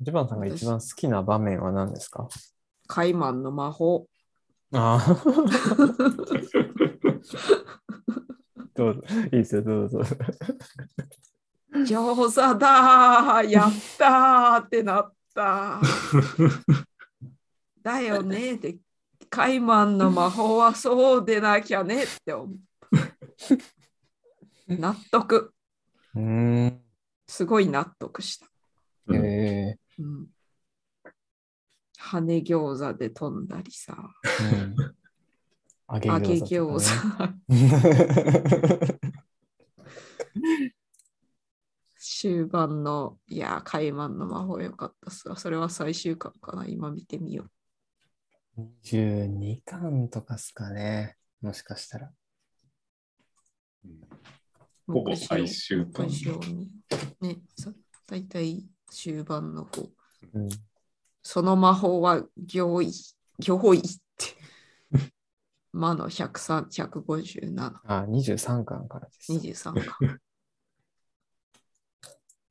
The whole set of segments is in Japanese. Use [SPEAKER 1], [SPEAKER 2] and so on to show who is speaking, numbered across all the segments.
[SPEAKER 1] ジバンさんが一番好きな場面は何ですか
[SPEAKER 2] カイマンの魔法。
[SPEAKER 1] ああ。 どうぞ。いいですよ、どうぞ。
[SPEAKER 2] 餃子だーやったーってなったー だよねってカイマンの魔法はそうでなきゃねって思う 納得
[SPEAKER 1] うーん。
[SPEAKER 2] すごい納得した、
[SPEAKER 1] ええ
[SPEAKER 2] うん、羽餃子で飛んだりさ
[SPEAKER 1] うん揚げ
[SPEAKER 2] 揚げ
[SPEAKER 1] 餃
[SPEAKER 2] 餃
[SPEAKER 1] 子とかね。
[SPEAKER 2] 子 終盤のいやーカイマンの魔法よかったっすわそれは最終巻かな今見てみよう
[SPEAKER 1] 22巻とかっすかね。もしかしたら。
[SPEAKER 3] ほぼ
[SPEAKER 2] 目次を
[SPEAKER 3] 最終巻
[SPEAKER 2] 目。次を見ねそう大体終盤のこう
[SPEAKER 1] うん、
[SPEAKER 2] その魔法は行為、行 為って。魔の103 157、
[SPEAKER 1] あ、23巻からです。
[SPEAKER 2] 23か。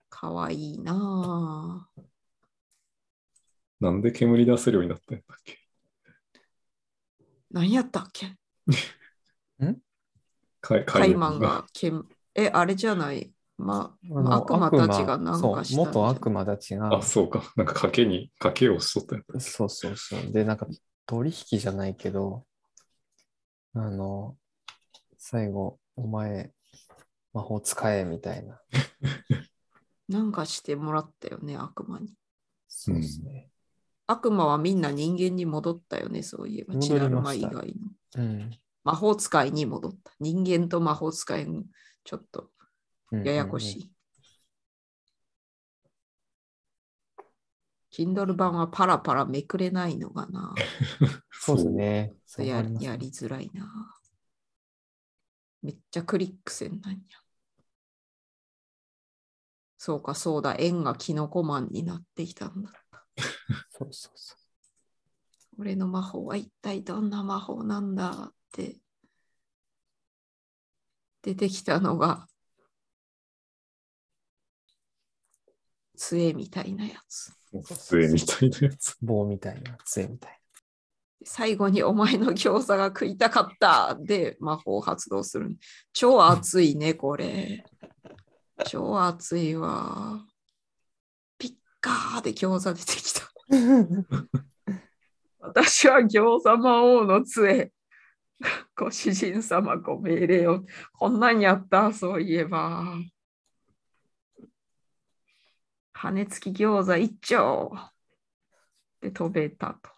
[SPEAKER 2] かわいいなぁ。
[SPEAKER 3] なんで煙出せるようになったんだっけ
[SPEAKER 2] 何やったっけ
[SPEAKER 3] カイ
[SPEAKER 2] カイマンが。けん。え、あれじゃない。ま、
[SPEAKER 1] あの
[SPEAKER 2] 悪魔たちがなんかしたんじ
[SPEAKER 1] そ
[SPEAKER 2] ゃ
[SPEAKER 1] う元悪魔たちが
[SPEAKER 3] あ、そうか。なんか賭けに、賭けをしとったんだ
[SPEAKER 1] そうそうそう。で、なんか取引じゃないけど、あの、最後、お前、魔法使えみたいな。
[SPEAKER 2] なんかしてもらったよね、悪魔に。
[SPEAKER 1] そうですね。
[SPEAKER 2] 悪魔はみんな人間に戻ったよね、そういえば。
[SPEAKER 1] 戻
[SPEAKER 2] チ
[SPEAKER 1] りました
[SPEAKER 2] ダルマ以外の。
[SPEAKER 1] うん。
[SPEAKER 2] 魔法使いに戻った。人間と魔法使いにちょっと
[SPEAKER 1] うん
[SPEAKER 2] ややこし
[SPEAKER 1] い。
[SPEAKER 2] い。Kindle 版はパラパラめくれないのがな。
[SPEAKER 1] そうです。ね。
[SPEAKER 2] そうや
[SPEAKER 1] わかります
[SPEAKER 2] やりづらいな。めっちゃクリックせんなんや。そうか、そうだ、円がキノコマンになってきたんだ。
[SPEAKER 1] そうそうそ
[SPEAKER 2] 俺の魔法は一体どんな魔法なんだって。出てきたのが、杖みたいなやつ。
[SPEAKER 3] そう杖みたいなやつ。
[SPEAKER 1] う。棒みたいな、杖みたい
[SPEAKER 2] 最後にお前の餃子が食いたかったで魔法を発動する。超熱いね、これ。超熱いわ。ピッカーで餃子出てきた。私は餃子魔王の杖。ご主人様ご命令を。こんなんやった、そういえば。羽根付き餃子一丁で飛べたと。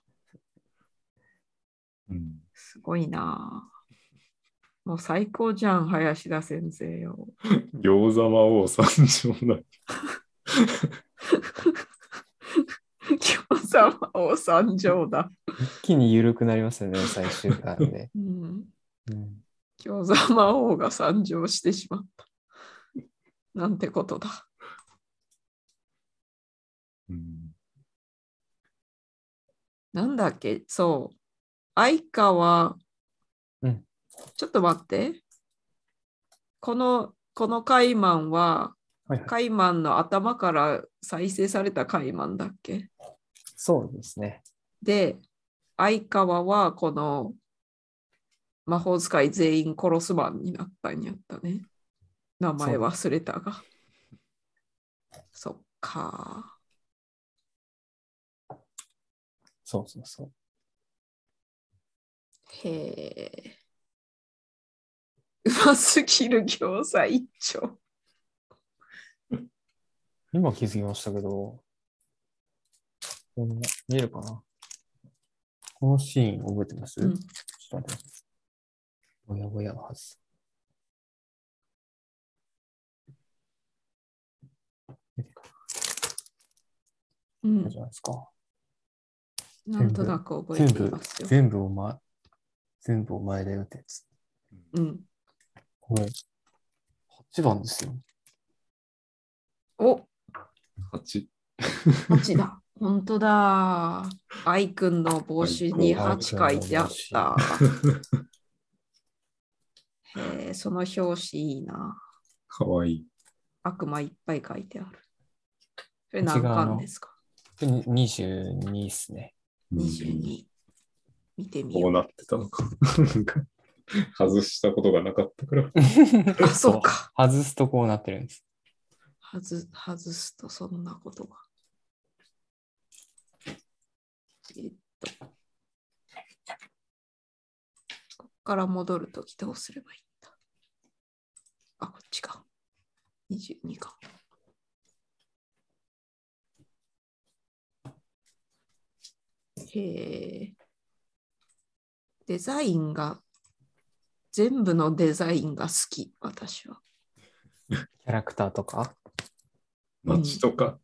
[SPEAKER 3] うん
[SPEAKER 2] すごいなあもう最高じゃん、林田先生よ。
[SPEAKER 3] 餃子魔王三条な。
[SPEAKER 2] 餃子を三条だ。
[SPEAKER 1] な。一気に緩くなりますよね、最終巻で。
[SPEAKER 2] うん
[SPEAKER 1] うん
[SPEAKER 2] 餃子魔王が参上してしまった。なんてことだ。
[SPEAKER 3] うん
[SPEAKER 2] なんだっけ、そう。相川、
[SPEAKER 1] うん
[SPEAKER 2] ちょっと待って。この、このカイマンは、
[SPEAKER 1] はいはい、
[SPEAKER 2] カイマンの頭から再生されたカイマンだっけ
[SPEAKER 1] そうですね。
[SPEAKER 2] で、相川はこの魔法使い全員殺すマンになったんやったね。名前忘れたが。そっか。
[SPEAKER 1] そうそうそう。
[SPEAKER 2] へえ。うますぎる餃子一丁。
[SPEAKER 1] 今気づきましたけど、こんな見えるかなこのシーン覚えてます、
[SPEAKER 2] うん
[SPEAKER 1] ちょっと待ってぼやぼやはず。
[SPEAKER 2] う
[SPEAKER 1] いい
[SPEAKER 2] ん
[SPEAKER 1] じ、ゃないですか。
[SPEAKER 2] なんとなく覚えていますよ。
[SPEAKER 1] 全部お前、全部お前だよってやつ。
[SPEAKER 2] うん、
[SPEAKER 1] これ、8番ですよ。
[SPEAKER 2] お
[SPEAKER 3] 八。
[SPEAKER 2] 8だ。 本当だ。愛くんの帽子に8書いてあった。 へえ、その表紙いいな。
[SPEAKER 3] かわいい。
[SPEAKER 2] 悪魔いっぱい書いてある。それ何巻ですか
[SPEAKER 1] 22っすね。
[SPEAKER 3] うん
[SPEAKER 2] 22。見てみ
[SPEAKER 3] こう
[SPEAKER 2] よう。
[SPEAKER 3] なってたのか。なんか外したことがなかったから。
[SPEAKER 2] あ、そうか。
[SPEAKER 1] 外すとこうなってるんです。
[SPEAKER 2] 外す外すとそんなことが。えっと。こっから戻るときどうすればいいんだあ、こっちか。22か。へえ。デザインが、全部のデザインが好き、私は。
[SPEAKER 1] キャラクターとか、
[SPEAKER 3] 街とか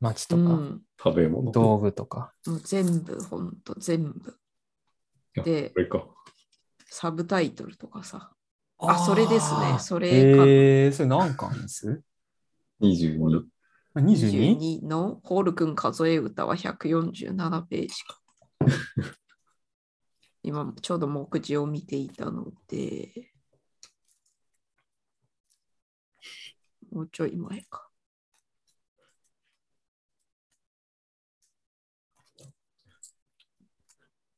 [SPEAKER 1] 街と
[SPEAKER 2] う
[SPEAKER 1] か、
[SPEAKER 2] ん
[SPEAKER 3] 食べ物。
[SPEAKER 1] 道具とか。
[SPEAKER 2] もう全部、ほんと全部
[SPEAKER 3] い。や
[SPEAKER 2] で
[SPEAKER 3] こ、れか。
[SPEAKER 2] サブタイトルとかさ。あ、それですね。そ
[SPEAKER 1] え
[SPEAKER 2] れか。
[SPEAKER 1] えー、それ何巻です
[SPEAKER 3] 22。
[SPEAKER 1] あ ?22?
[SPEAKER 2] 22のホール君数え歌は147ページか。 今ちょうど目次を見ていたので、もうちょい前か。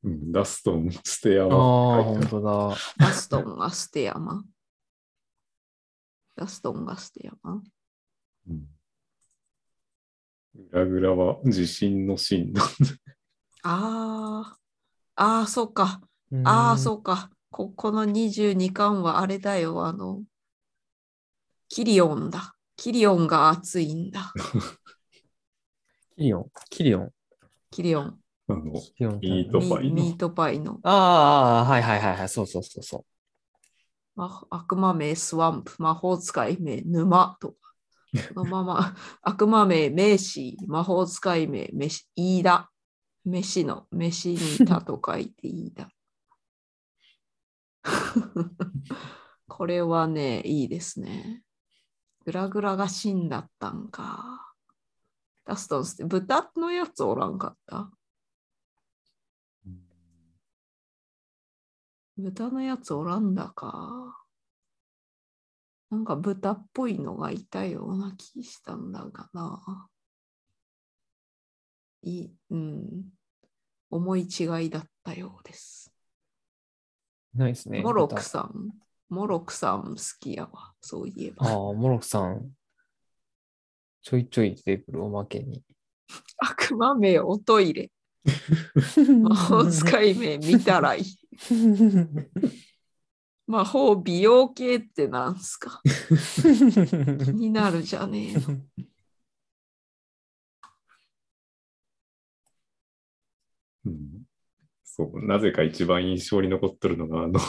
[SPEAKER 3] うん、ラストン、ステア
[SPEAKER 1] ああ、
[SPEAKER 3] は。
[SPEAKER 1] 本当だ。
[SPEAKER 2] ラストンがステヤマン。ラストンがステヤマン。
[SPEAKER 3] うんグラグラは地震のシーンなんで。
[SPEAKER 2] ああ、ああ、そうか。ああ、そうか。ここの22巻はあれだよ。あの、キリオンだ。キリオンが熱いんだ。
[SPEAKER 1] うん。キリオン。キリオン。
[SPEAKER 2] キリオン。
[SPEAKER 3] あの、
[SPEAKER 1] キリオン。
[SPEAKER 3] いいと
[SPEAKER 2] ミ
[SPEAKER 3] ドバイの
[SPEAKER 2] ミートパイの、
[SPEAKER 1] ああ、はいはいはいはい。そうそうそうそう。
[SPEAKER 2] ま、悪魔名スワンプ、魔法使い名沼と。そのまま、 悪魔名名シー、魔法使い名メシ、飯田。飯の、飯にいたと書いて飯田。 これはね、いいですね。グラグラが死んだったんか。ダストンして、豚のやつおらんかった。豚のやつおらんだか。なんか豚っぽいのがいたような気したんだがな。い、うん。思い違いだったようです。
[SPEAKER 1] ないですね。
[SPEAKER 2] モロクさん、モロクさん好きやわ、そういえ
[SPEAKER 1] ああ、
[SPEAKER 2] ば。
[SPEAKER 1] モロクさん。ちょいちょい出てくるおまけに。
[SPEAKER 2] 悪魔名おトイレ、魔法使い名見たらいい。魔法美容系ってなん すか気になるじゃねえの。
[SPEAKER 3] うんそう、なぜか一番印象に残ってるのが、あの、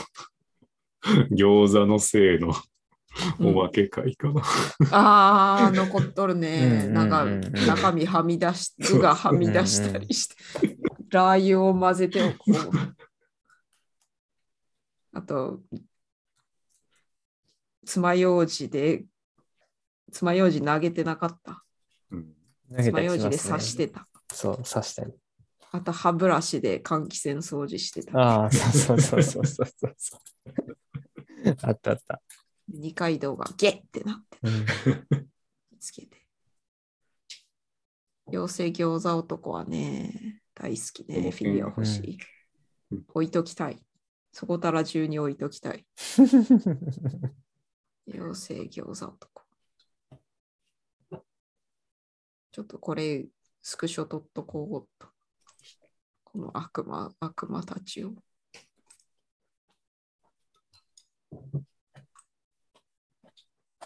[SPEAKER 3] 餃子のせいのおまけ会かな。
[SPEAKER 2] ああ、残っとるね。
[SPEAKER 1] うん
[SPEAKER 2] なんか
[SPEAKER 1] うんうんうん
[SPEAKER 2] 中身はみ出し、具がはみ出したりして、ラー油を混ぜておこう。あと、爪楊枝で、爪楊枝投げてなかった。
[SPEAKER 3] うん
[SPEAKER 1] 投げた
[SPEAKER 2] 爪
[SPEAKER 1] り
[SPEAKER 2] 楊
[SPEAKER 1] し
[SPEAKER 2] 枝
[SPEAKER 1] ま
[SPEAKER 2] です
[SPEAKER 1] ね
[SPEAKER 2] 刺してた。
[SPEAKER 1] そう、刺したり。
[SPEAKER 2] あと歯ブラシで換気扇掃除してた。
[SPEAKER 1] ああ、そうそうそうそうそうそう。あったあった。
[SPEAKER 2] 二階堂がゲッってなって
[SPEAKER 1] うん
[SPEAKER 2] つけて。妖精餃子男はね、大好きね、フィギュア欲しい。
[SPEAKER 3] うん
[SPEAKER 2] 置いときたい。そこたら中に置いときたい。妖精餃子男。ちょっとこれ、スクショ取っとこうっと。この悪魔、悪魔たちを。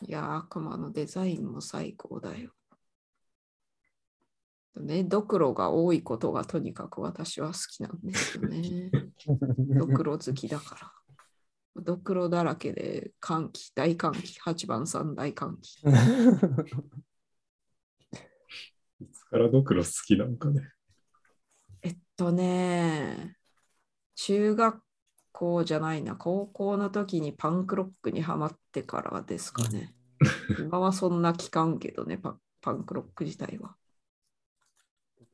[SPEAKER 2] いやー、悪魔のデザインも最高だよ。ね、ドクロが多いことがとにかく私は好きなんですよね。ドクロ好きだから。ドクロだらけで歓喜、大歓喜、8番さん大歓喜。
[SPEAKER 3] いつからドクロ好きなんかね。
[SPEAKER 2] えっとね、中学校じゃないな、高校の時にパンクロックにはまってからです かね。今はそんな期間けどね、パパンクロック自体は。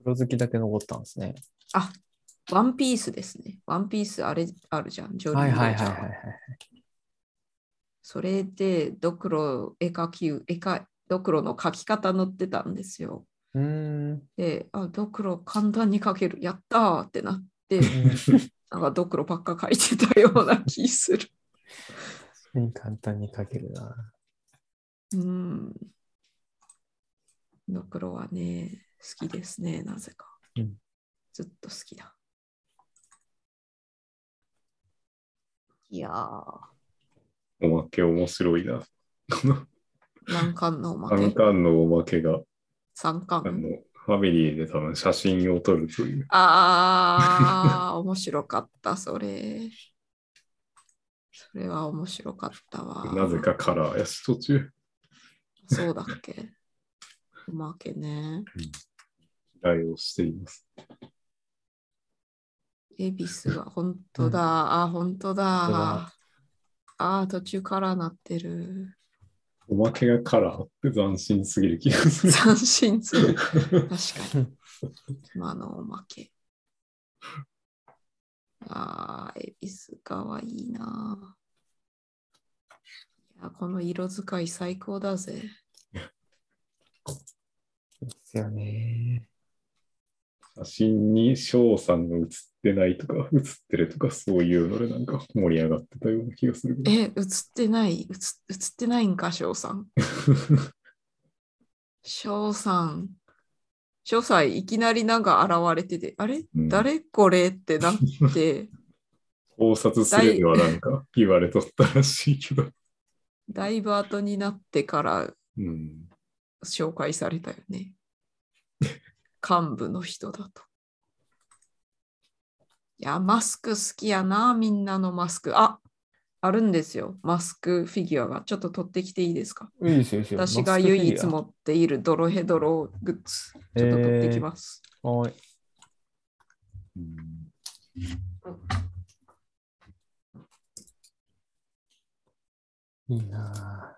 [SPEAKER 1] 黒好きだけ残ったんですね。
[SPEAKER 2] あ、ワンピースですね。ワンピースあれあるじゃん、ジョリー・
[SPEAKER 1] はいはい
[SPEAKER 2] ロジ
[SPEAKER 1] は
[SPEAKER 2] ャ
[SPEAKER 1] い
[SPEAKER 2] ー
[SPEAKER 1] はいはい。
[SPEAKER 2] それでドクロ絵描き絵描ドクロの描き方載ってたんですよ。
[SPEAKER 1] うーん。
[SPEAKER 2] で、あ、ドクロ簡単に書ける。やったーってなって、なんかドクロばっか書いてたような気する。
[SPEAKER 1] うん簡単に書けるな。
[SPEAKER 2] うん。ドクロはね、好きですね、なぜか。
[SPEAKER 1] うん
[SPEAKER 2] ずっと好きだ。いやー、
[SPEAKER 3] おまけ面白いな。この
[SPEAKER 2] 難関のおま
[SPEAKER 3] 三
[SPEAKER 2] け。
[SPEAKER 3] 冠のおまけが、
[SPEAKER 2] 三
[SPEAKER 3] あの
[SPEAKER 2] 冠。、
[SPEAKER 3] ファミリーで多分写真を撮るという。
[SPEAKER 2] ああ、面白かった、それ。それは面白かったわ。
[SPEAKER 3] なぜかカラーやし、途中、
[SPEAKER 2] そうだっけ。おまけね。
[SPEAKER 3] 依頼をしています。
[SPEAKER 2] 恵比寿は本当だ。あ、本当だ。
[SPEAKER 1] 本当
[SPEAKER 2] あ
[SPEAKER 1] だ
[SPEAKER 2] あー、途中からなって る。
[SPEAKER 3] おまけがカラーって斬新すぎる気が する。
[SPEAKER 2] 斬新すぎる。確か に。今のおまけ。ああ、恵比寿川いいな。いや、この色使い最高だぜ。
[SPEAKER 1] ですよね。
[SPEAKER 3] 写真に翔さんが写ってないとか、写ってるとか、そういうのでなんか盛り上がってたような気がするけど。
[SPEAKER 2] え、映ってない映映ってないんか、翔さん。翔さん。翔さん、いきなりなんか現れてて、あれ
[SPEAKER 3] うん
[SPEAKER 2] 誰これってなって、
[SPEAKER 3] 考察するにはなんか言われとったらしいけど。
[SPEAKER 2] だいぶ後になってから
[SPEAKER 3] うん。
[SPEAKER 2] 紹介されたよ ね。幹部の人だと。いや、マスク好きやな、みんなのマスク。ああるんですよ、マスクフィギュアが。ちょっと取ってきていいですか
[SPEAKER 1] いいですよ、いいですよ。
[SPEAKER 2] 私が唯一持っているドロヘドログッズ。ちょっと取ってきます。
[SPEAKER 1] す。はい。
[SPEAKER 3] うん
[SPEAKER 1] いいな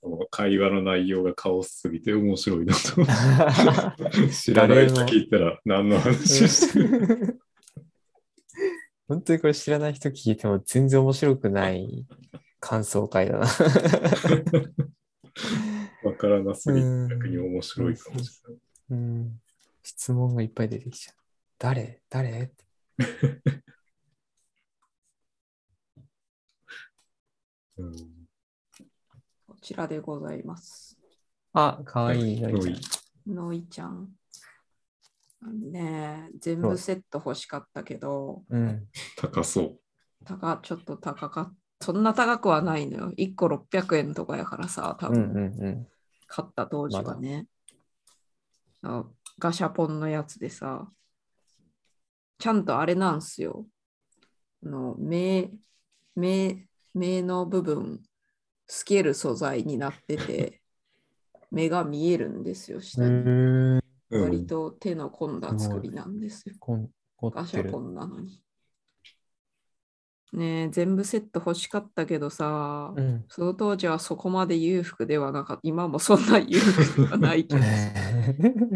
[SPEAKER 3] この会話の内容がカオスすぎて面白い なと。
[SPEAKER 1] ぁ
[SPEAKER 3] 知らない人聞いたら何の話してる。
[SPEAKER 1] 本当にこれ知らない人聞いても全然面白くない感想会だな。
[SPEAKER 3] わからなすぎて
[SPEAKER 1] うん
[SPEAKER 3] 逆に面白いかもしれない。
[SPEAKER 1] うん、質問がいっぱい出てきちゃう。誰誰って
[SPEAKER 3] うん
[SPEAKER 2] こちらでございます。
[SPEAKER 1] あ、かわいい。のりちゃん
[SPEAKER 3] はい
[SPEAKER 2] のいちゃん。ねえ、全部セット欲しかったけど、
[SPEAKER 1] うん。
[SPEAKER 3] 高そう。
[SPEAKER 2] 高ちょっと高かそんな高くはないのよ。1個600円とかやからさ、多
[SPEAKER 1] うん
[SPEAKER 2] 分
[SPEAKER 1] うんうん。
[SPEAKER 2] 買った当時はね。あガシャポンのやつでさ、ちゃんとあれなんすよ。あの目、目、目の部分、透ける素材になってて、目が見えるんですよ、下に。
[SPEAKER 1] うーん。
[SPEAKER 3] う
[SPEAKER 2] 割
[SPEAKER 3] ん、
[SPEAKER 2] と手の込んだ作りなんですよ。
[SPEAKER 1] こん凝
[SPEAKER 2] ガ
[SPEAKER 1] っ
[SPEAKER 2] シ
[SPEAKER 1] て
[SPEAKER 2] ャ
[SPEAKER 1] る
[SPEAKER 2] ポ。ンなのに。ねえ、全部セット欲しかったけどさ、
[SPEAKER 1] うん。
[SPEAKER 2] その当時はそこまで裕福ではなかった。今もそんな裕福ではな いけど、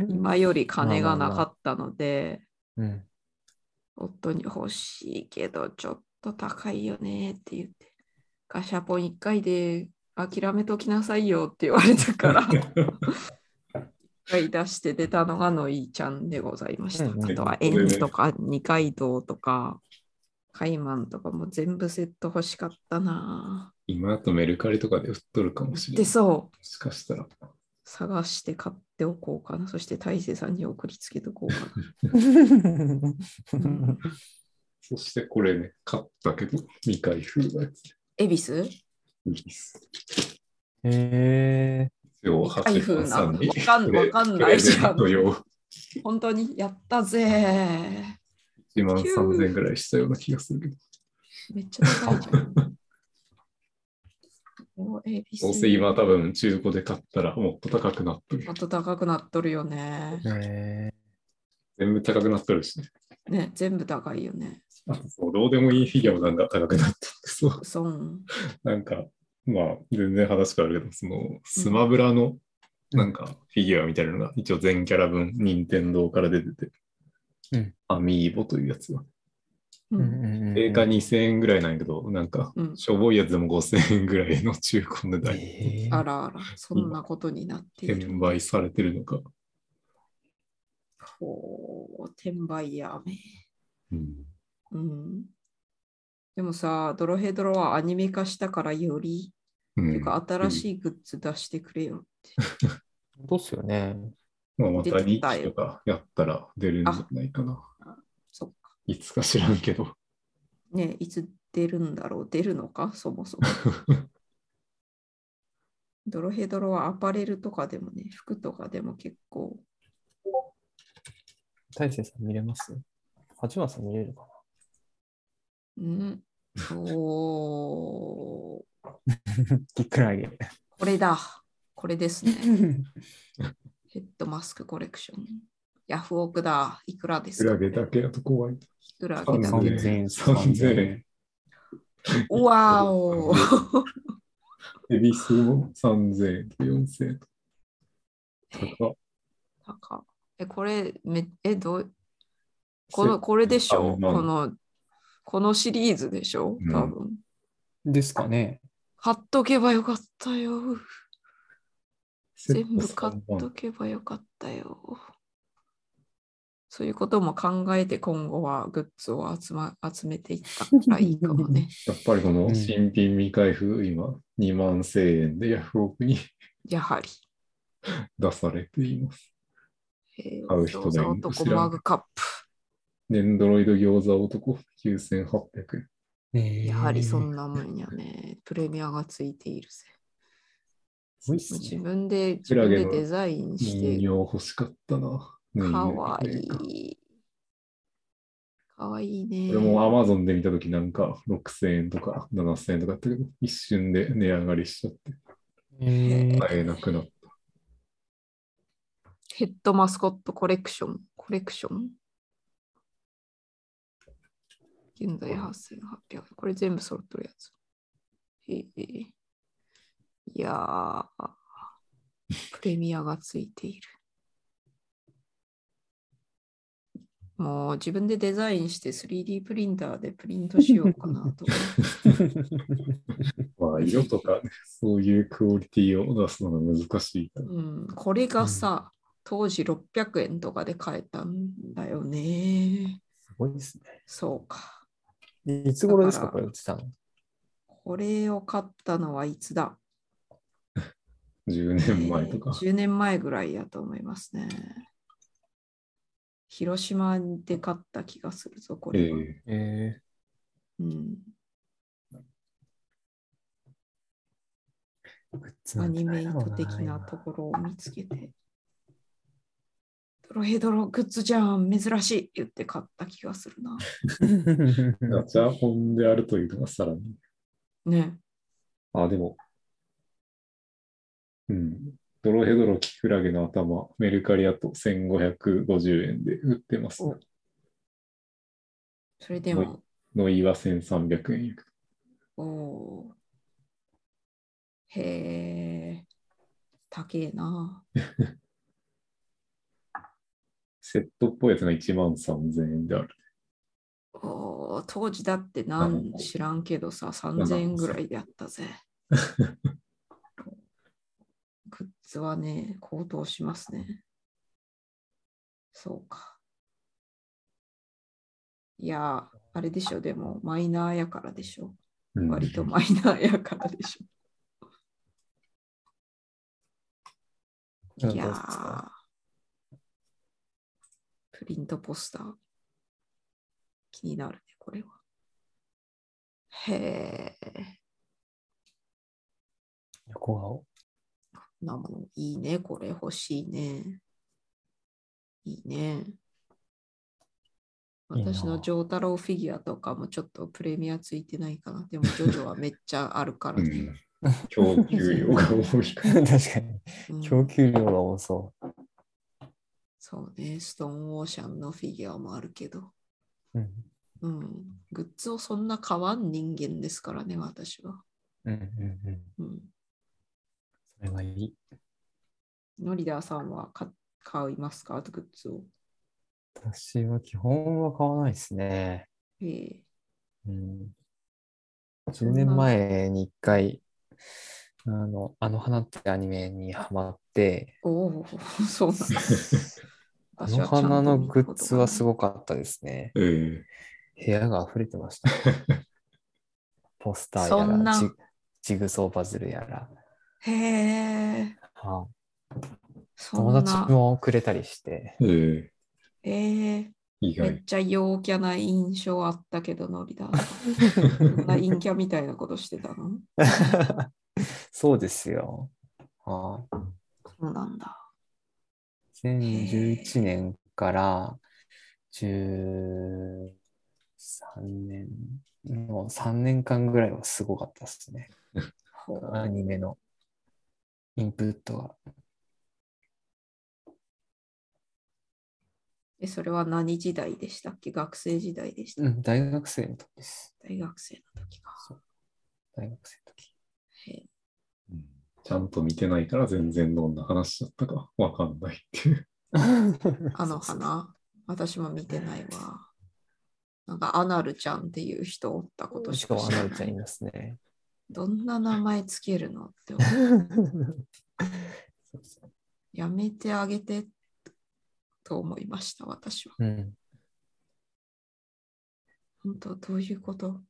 [SPEAKER 2] 今より金がなかったので、
[SPEAKER 1] うん。
[SPEAKER 2] 夫に欲しいけど、ちょっと高いよねって言って、ガシャポン1回で諦めときなさいよって言われたから、1回出して出たのがのいちゃんでございました。
[SPEAKER 1] うん
[SPEAKER 2] あとは円とか二階堂とか、カイマンとかも全部セット欲しかったなぁ。
[SPEAKER 3] 今だとメルカリとかで売っとるかもしれな
[SPEAKER 2] で、
[SPEAKER 3] い。も
[SPEAKER 2] そう。
[SPEAKER 3] しかしたら。
[SPEAKER 2] 探して買っておこうかな。そして大勢さんに送りつけとこうかな。
[SPEAKER 3] そしてこれね、買ったけど、未開封のやつ。
[SPEAKER 2] 恵比寿
[SPEAKER 1] へえ
[SPEAKER 3] 一応、
[SPEAKER 2] 未開封な
[SPEAKER 3] さ
[SPEAKER 2] の
[SPEAKER 3] んに。
[SPEAKER 2] わかんわかん ないじゃん
[SPEAKER 3] プレゼント用
[SPEAKER 2] 本当にやったぜ。
[SPEAKER 3] 1万3000円ぐらいしたような気がするけど。
[SPEAKER 2] めっちゃ高いじゃん。お恵比寿
[SPEAKER 3] どうせ今多分中古で買ったらもっと高くなってる
[SPEAKER 2] も。っと高くなっとるよね。
[SPEAKER 1] ー。へ
[SPEAKER 3] 全部高くなってるしね。
[SPEAKER 2] ね、全部高いよね。
[SPEAKER 3] あとそうどうでもいいフィギュアもなんか高くなってる。 そう。
[SPEAKER 2] 損。
[SPEAKER 3] なんか、まあ、全然話変わるけど、その、スマブラのなんかフィギュアみたいなのが一応全キャラ分、任天堂から出てて、
[SPEAKER 1] うん
[SPEAKER 3] アミーボというやつが。
[SPEAKER 2] うん
[SPEAKER 1] うんうんうん
[SPEAKER 3] 定価2000円ぐらいなんやけど、なんか、
[SPEAKER 2] うん
[SPEAKER 3] しょぼいやつでも5000円ぐらいの中古値段に
[SPEAKER 1] えー
[SPEAKER 2] あらあら、そんなことになってい
[SPEAKER 3] 転
[SPEAKER 2] る。
[SPEAKER 3] 売されてるのか。
[SPEAKER 2] ほう、転売やめ。
[SPEAKER 3] うん、
[SPEAKER 2] うん。でもさ、ドロヘドロはアニメ化したからより、
[SPEAKER 3] うん
[SPEAKER 2] てか新しいグッズ出してくれよって。
[SPEAKER 1] どうっすよね。
[SPEAKER 3] まあ、また
[SPEAKER 2] 出て
[SPEAKER 3] リ
[SPEAKER 2] た
[SPEAKER 3] ッチ
[SPEAKER 2] よ
[SPEAKER 3] とかやったら出るんじゃないかな。
[SPEAKER 2] そっか。
[SPEAKER 3] いつか知らんけど。
[SPEAKER 2] ねいつ出るんだろう出るのかそもそも。ドロヘドロはアパレルとかでもね、服とかでも結構。
[SPEAKER 1] 大勢さん見れます八幡さん見れるか
[SPEAKER 2] うん。おー、
[SPEAKER 1] なきっくら げ。
[SPEAKER 2] これだ。これですね。ヘッドマスクコレクション。ヤフオクだ。いくらですか
[SPEAKER 3] 裏毛だけやと怖い。
[SPEAKER 2] いくらげだ
[SPEAKER 1] 三
[SPEAKER 2] け。
[SPEAKER 1] 3000円
[SPEAKER 3] 3000円。
[SPEAKER 2] うわお
[SPEAKER 3] エビスも3000円と4000円と。高っ
[SPEAKER 2] なんかえ、これ、めえ、どうこの、これでしょ
[SPEAKER 3] あまあ
[SPEAKER 2] この、このシリーズでしょ
[SPEAKER 3] うん
[SPEAKER 2] 多分。
[SPEAKER 1] ですかね。
[SPEAKER 2] 買っとけばよかったよ。
[SPEAKER 3] セ
[SPEAKER 2] 全
[SPEAKER 3] ット
[SPEAKER 2] 部
[SPEAKER 3] 三
[SPEAKER 2] 買っとけばよかったよ。そういうことも考えて今後はグッズを集,、ま、集めていったらいいかもね。
[SPEAKER 3] やっぱりこ
[SPEAKER 1] う
[SPEAKER 3] の
[SPEAKER 1] ん
[SPEAKER 3] 新品未開封、今2万1000円でヤフオクに
[SPEAKER 2] やはり。
[SPEAKER 3] 出されています。
[SPEAKER 2] えー、
[SPEAKER 3] 買う人
[SPEAKER 2] 餃子
[SPEAKER 3] で
[SPEAKER 2] 男
[SPEAKER 3] 知らん
[SPEAKER 2] マグカップ。
[SPEAKER 3] ネンドロイド餃子男9800円。
[SPEAKER 1] ねえ
[SPEAKER 2] やはりそんなもんやね。プレミアがついているぜ。
[SPEAKER 1] すごいっす
[SPEAKER 2] 自
[SPEAKER 1] ね。
[SPEAKER 2] 分で、自
[SPEAKER 3] クラ
[SPEAKER 2] 分
[SPEAKER 3] ゲ
[SPEAKER 2] で
[SPEAKER 3] の
[SPEAKER 2] デザインし
[SPEAKER 3] 人形
[SPEAKER 2] て、
[SPEAKER 3] 欲しかったな。
[SPEAKER 2] か
[SPEAKER 3] ね
[SPEAKER 2] わ
[SPEAKER 3] ね
[SPEAKER 2] いい。かわいいね。
[SPEAKER 3] これも Amazon で見たときなんか6000円とか7000円とかやったけど、一瞬で値上がりしちゃって
[SPEAKER 1] えー
[SPEAKER 3] 買えなくなった。
[SPEAKER 2] ヘッドマスコットコレクション。コレクション現在8800円。これ全部揃ってるやつ。へえいやー、プレミアがついている。もう自分でデザインして 3D プリンターでプリントしようかなと。
[SPEAKER 3] まあ、色とかね、そういうクオリティを出すのが難しいから。
[SPEAKER 2] うん、これがさ、当時600円とかで買えたんだよね。
[SPEAKER 1] すごいです
[SPEAKER 2] そうか。
[SPEAKER 1] ね。いつ頃ですか、
[SPEAKER 2] だ
[SPEAKER 1] こ
[SPEAKER 2] から
[SPEAKER 1] れ売ってたの。
[SPEAKER 2] これを買ったのはいつだ
[SPEAKER 3] 10年前と
[SPEAKER 2] え
[SPEAKER 3] か。
[SPEAKER 2] ー10年前ぐらいやと思いますね。広島で買った気がするぞ、こ
[SPEAKER 3] え
[SPEAKER 2] れは。
[SPEAKER 3] え
[SPEAKER 1] え
[SPEAKER 2] うん、
[SPEAKER 1] ー、グッズ
[SPEAKER 2] ア
[SPEAKER 1] なんて
[SPEAKER 2] ニメイ
[SPEAKER 1] い
[SPEAKER 2] ト
[SPEAKER 1] だろう
[SPEAKER 2] 的なところを見つけて。ドロヘドログッズじゃん、珍しい言って買った気がするな。
[SPEAKER 3] ガチャポンであるというのがさらに。
[SPEAKER 2] ね。
[SPEAKER 3] あ、でも。うん。ドロヘドロキクラゲの頭、メルカリだと1550円で売ってますね。
[SPEAKER 2] それでも、
[SPEAKER 3] ノイは1300円いく。
[SPEAKER 2] おーへえ、高えな。
[SPEAKER 3] セットっぽいやつが1万3000円である。
[SPEAKER 2] おー当時だってなん
[SPEAKER 3] うん
[SPEAKER 2] 知らんけどさ、3000円ぐらいであった ぜ。グッズはね、高騰しますね。そうか。いやー、あれでしょ、でもマイナーやからでしょ。
[SPEAKER 3] うん
[SPEAKER 2] 割とマイナーやからでし ょ。いやープリントポスター。気になるね、これは。へえ、
[SPEAKER 1] 横顔。
[SPEAKER 2] なものいいね、これ欲しいね。いいね。
[SPEAKER 1] いいな
[SPEAKER 2] 私のジョータロウフィギュアとかもちょっとプレミアついてないかな。でもジョジョはめっちゃあるから
[SPEAKER 3] う
[SPEAKER 2] ね。
[SPEAKER 3] ん。供給量が多いから。
[SPEAKER 1] 確かに。
[SPEAKER 2] うん
[SPEAKER 1] 供給量が多そ
[SPEAKER 2] そうね、ストーンオーシャンのフィギュアもあるけど、
[SPEAKER 1] う。うん。
[SPEAKER 2] うん、グッズをそんな買わん人間ですからね、私は。
[SPEAKER 1] うんうんうん。
[SPEAKER 2] うん、
[SPEAKER 1] それはいい。
[SPEAKER 2] ノリダーさんは買買いますかグッズを。
[SPEAKER 1] 私は基本は買わないですね。
[SPEAKER 2] ええ
[SPEAKER 1] うん、10年前に一回、あの、あの花ってアニメにハマって、
[SPEAKER 2] おお、 そう なんだ。
[SPEAKER 1] あの花のグッズはす
[SPEAKER 2] ごい。
[SPEAKER 1] ごかったですね。
[SPEAKER 3] ええ
[SPEAKER 1] 部屋が溢れてま した。ポスター
[SPEAKER 2] そ
[SPEAKER 1] や
[SPEAKER 2] ん
[SPEAKER 1] ら
[SPEAKER 2] な
[SPEAKER 1] ジ、ジグソーパズルやら、
[SPEAKER 2] へえ。
[SPEAKER 1] はい
[SPEAKER 2] そ
[SPEAKER 1] 友
[SPEAKER 2] ん
[SPEAKER 1] 達
[SPEAKER 2] な。
[SPEAKER 1] もくれたりして、
[SPEAKER 3] え
[SPEAKER 2] え
[SPEAKER 3] え
[SPEAKER 2] え
[SPEAKER 3] 意
[SPEAKER 2] めっ
[SPEAKER 3] 外。
[SPEAKER 2] ちゃ陽キャな印象あったけど、ノ リだ。そんな陰キャみたいなことしてたの
[SPEAKER 1] そうですよ。はい
[SPEAKER 2] そうなんだ。
[SPEAKER 1] 2011年から13年の3年間ぐらいはすごかったですね。
[SPEAKER 2] ほう
[SPEAKER 1] アニメのインプットが。
[SPEAKER 2] えそれは何時代でしたっけ学生時代でした。
[SPEAKER 1] うん、大学生の時です。
[SPEAKER 2] 大学生の時か。
[SPEAKER 1] そう大学生の時。
[SPEAKER 2] へえ
[SPEAKER 3] うんちゃんと見てないから全然どんな話だったかわかんないっていう。
[SPEAKER 2] あの花、私も見てないわ。なんかアナルちゃんっていう人おったことし
[SPEAKER 1] しか
[SPEAKER 2] か
[SPEAKER 1] も
[SPEAKER 2] 知
[SPEAKER 1] アナ
[SPEAKER 2] ら
[SPEAKER 1] ルち
[SPEAKER 2] な
[SPEAKER 1] ゃんい
[SPEAKER 2] い。
[SPEAKER 1] ますね。
[SPEAKER 2] どんな名前つけるのって思う
[SPEAKER 1] そうそ
[SPEAKER 2] やめてあげてと思いました、私は。
[SPEAKER 1] ううん、
[SPEAKER 2] 本当、どういうこと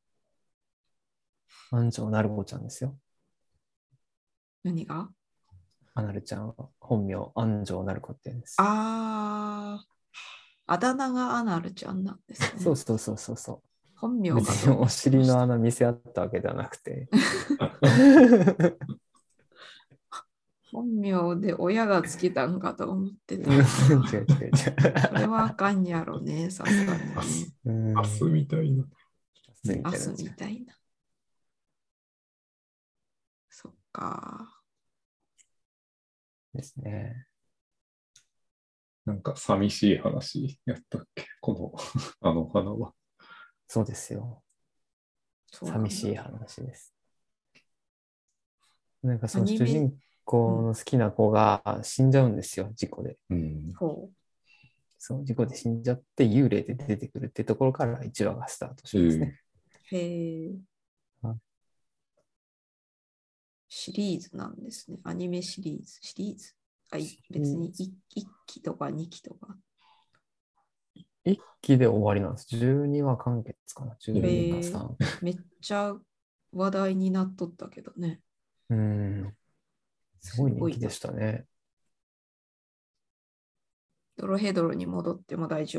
[SPEAKER 1] 安城なる子ちゃんですよ。
[SPEAKER 2] 何が
[SPEAKER 1] アナルちゃんは本名安城なる子って言うんです。
[SPEAKER 2] あー、あだ名がアナルちゃんなんですね。
[SPEAKER 1] そうそうそうそうそう。
[SPEAKER 2] 本名がどう
[SPEAKER 1] 別にお尻の穴見せ合ったわけではなくて。
[SPEAKER 2] 本名で親がつけたんかと思って
[SPEAKER 1] 違
[SPEAKER 2] た
[SPEAKER 1] う。違う
[SPEAKER 2] それはあかんやろね、さすがにね。
[SPEAKER 3] 明日
[SPEAKER 1] 違う。うん
[SPEAKER 3] 明日みたいな。
[SPEAKER 1] み
[SPEAKER 2] 明
[SPEAKER 1] たい
[SPEAKER 2] 日
[SPEAKER 1] な
[SPEAKER 2] みたいな。そっか。
[SPEAKER 1] ですね。
[SPEAKER 3] なんか寂しい話やったっけこの、あの花は。
[SPEAKER 1] そうですよ。
[SPEAKER 2] そうなんだ
[SPEAKER 1] 寂しい話です。なんかそ
[SPEAKER 2] ア
[SPEAKER 1] の
[SPEAKER 2] ニ
[SPEAKER 1] 主
[SPEAKER 2] メ
[SPEAKER 1] 人公の好きな子が死んじゃうんですよ、事故で。
[SPEAKER 3] うん。
[SPEAKER 2] ほ
[SPEAKER 1] そう、事故で死んじゃって幽霊で出てくるってところから1話がスタートしますね。
[SPEAKER 2] う。へえ
[SPEAKER 1] はい。
[SPEAKER 2] シリーズなんですね。アニメシリーズ。シリーズ。あ、い別に 1, 期とか2期とか。
[SPEAKER 1] 一期で終わりなんです。12話完結かな。12
[SPEAKER 2] へー
[SPEAKER 1] か
[SPEAKER 2] めっちゃ話題になっとったけどね。
[SPEAKER 1] 3。うん。すごい人気
[SPEAKER 2] な
[SPEAKER 1] でしたね。
[SPEAKER 2] ドロヘドロに戻っても大丈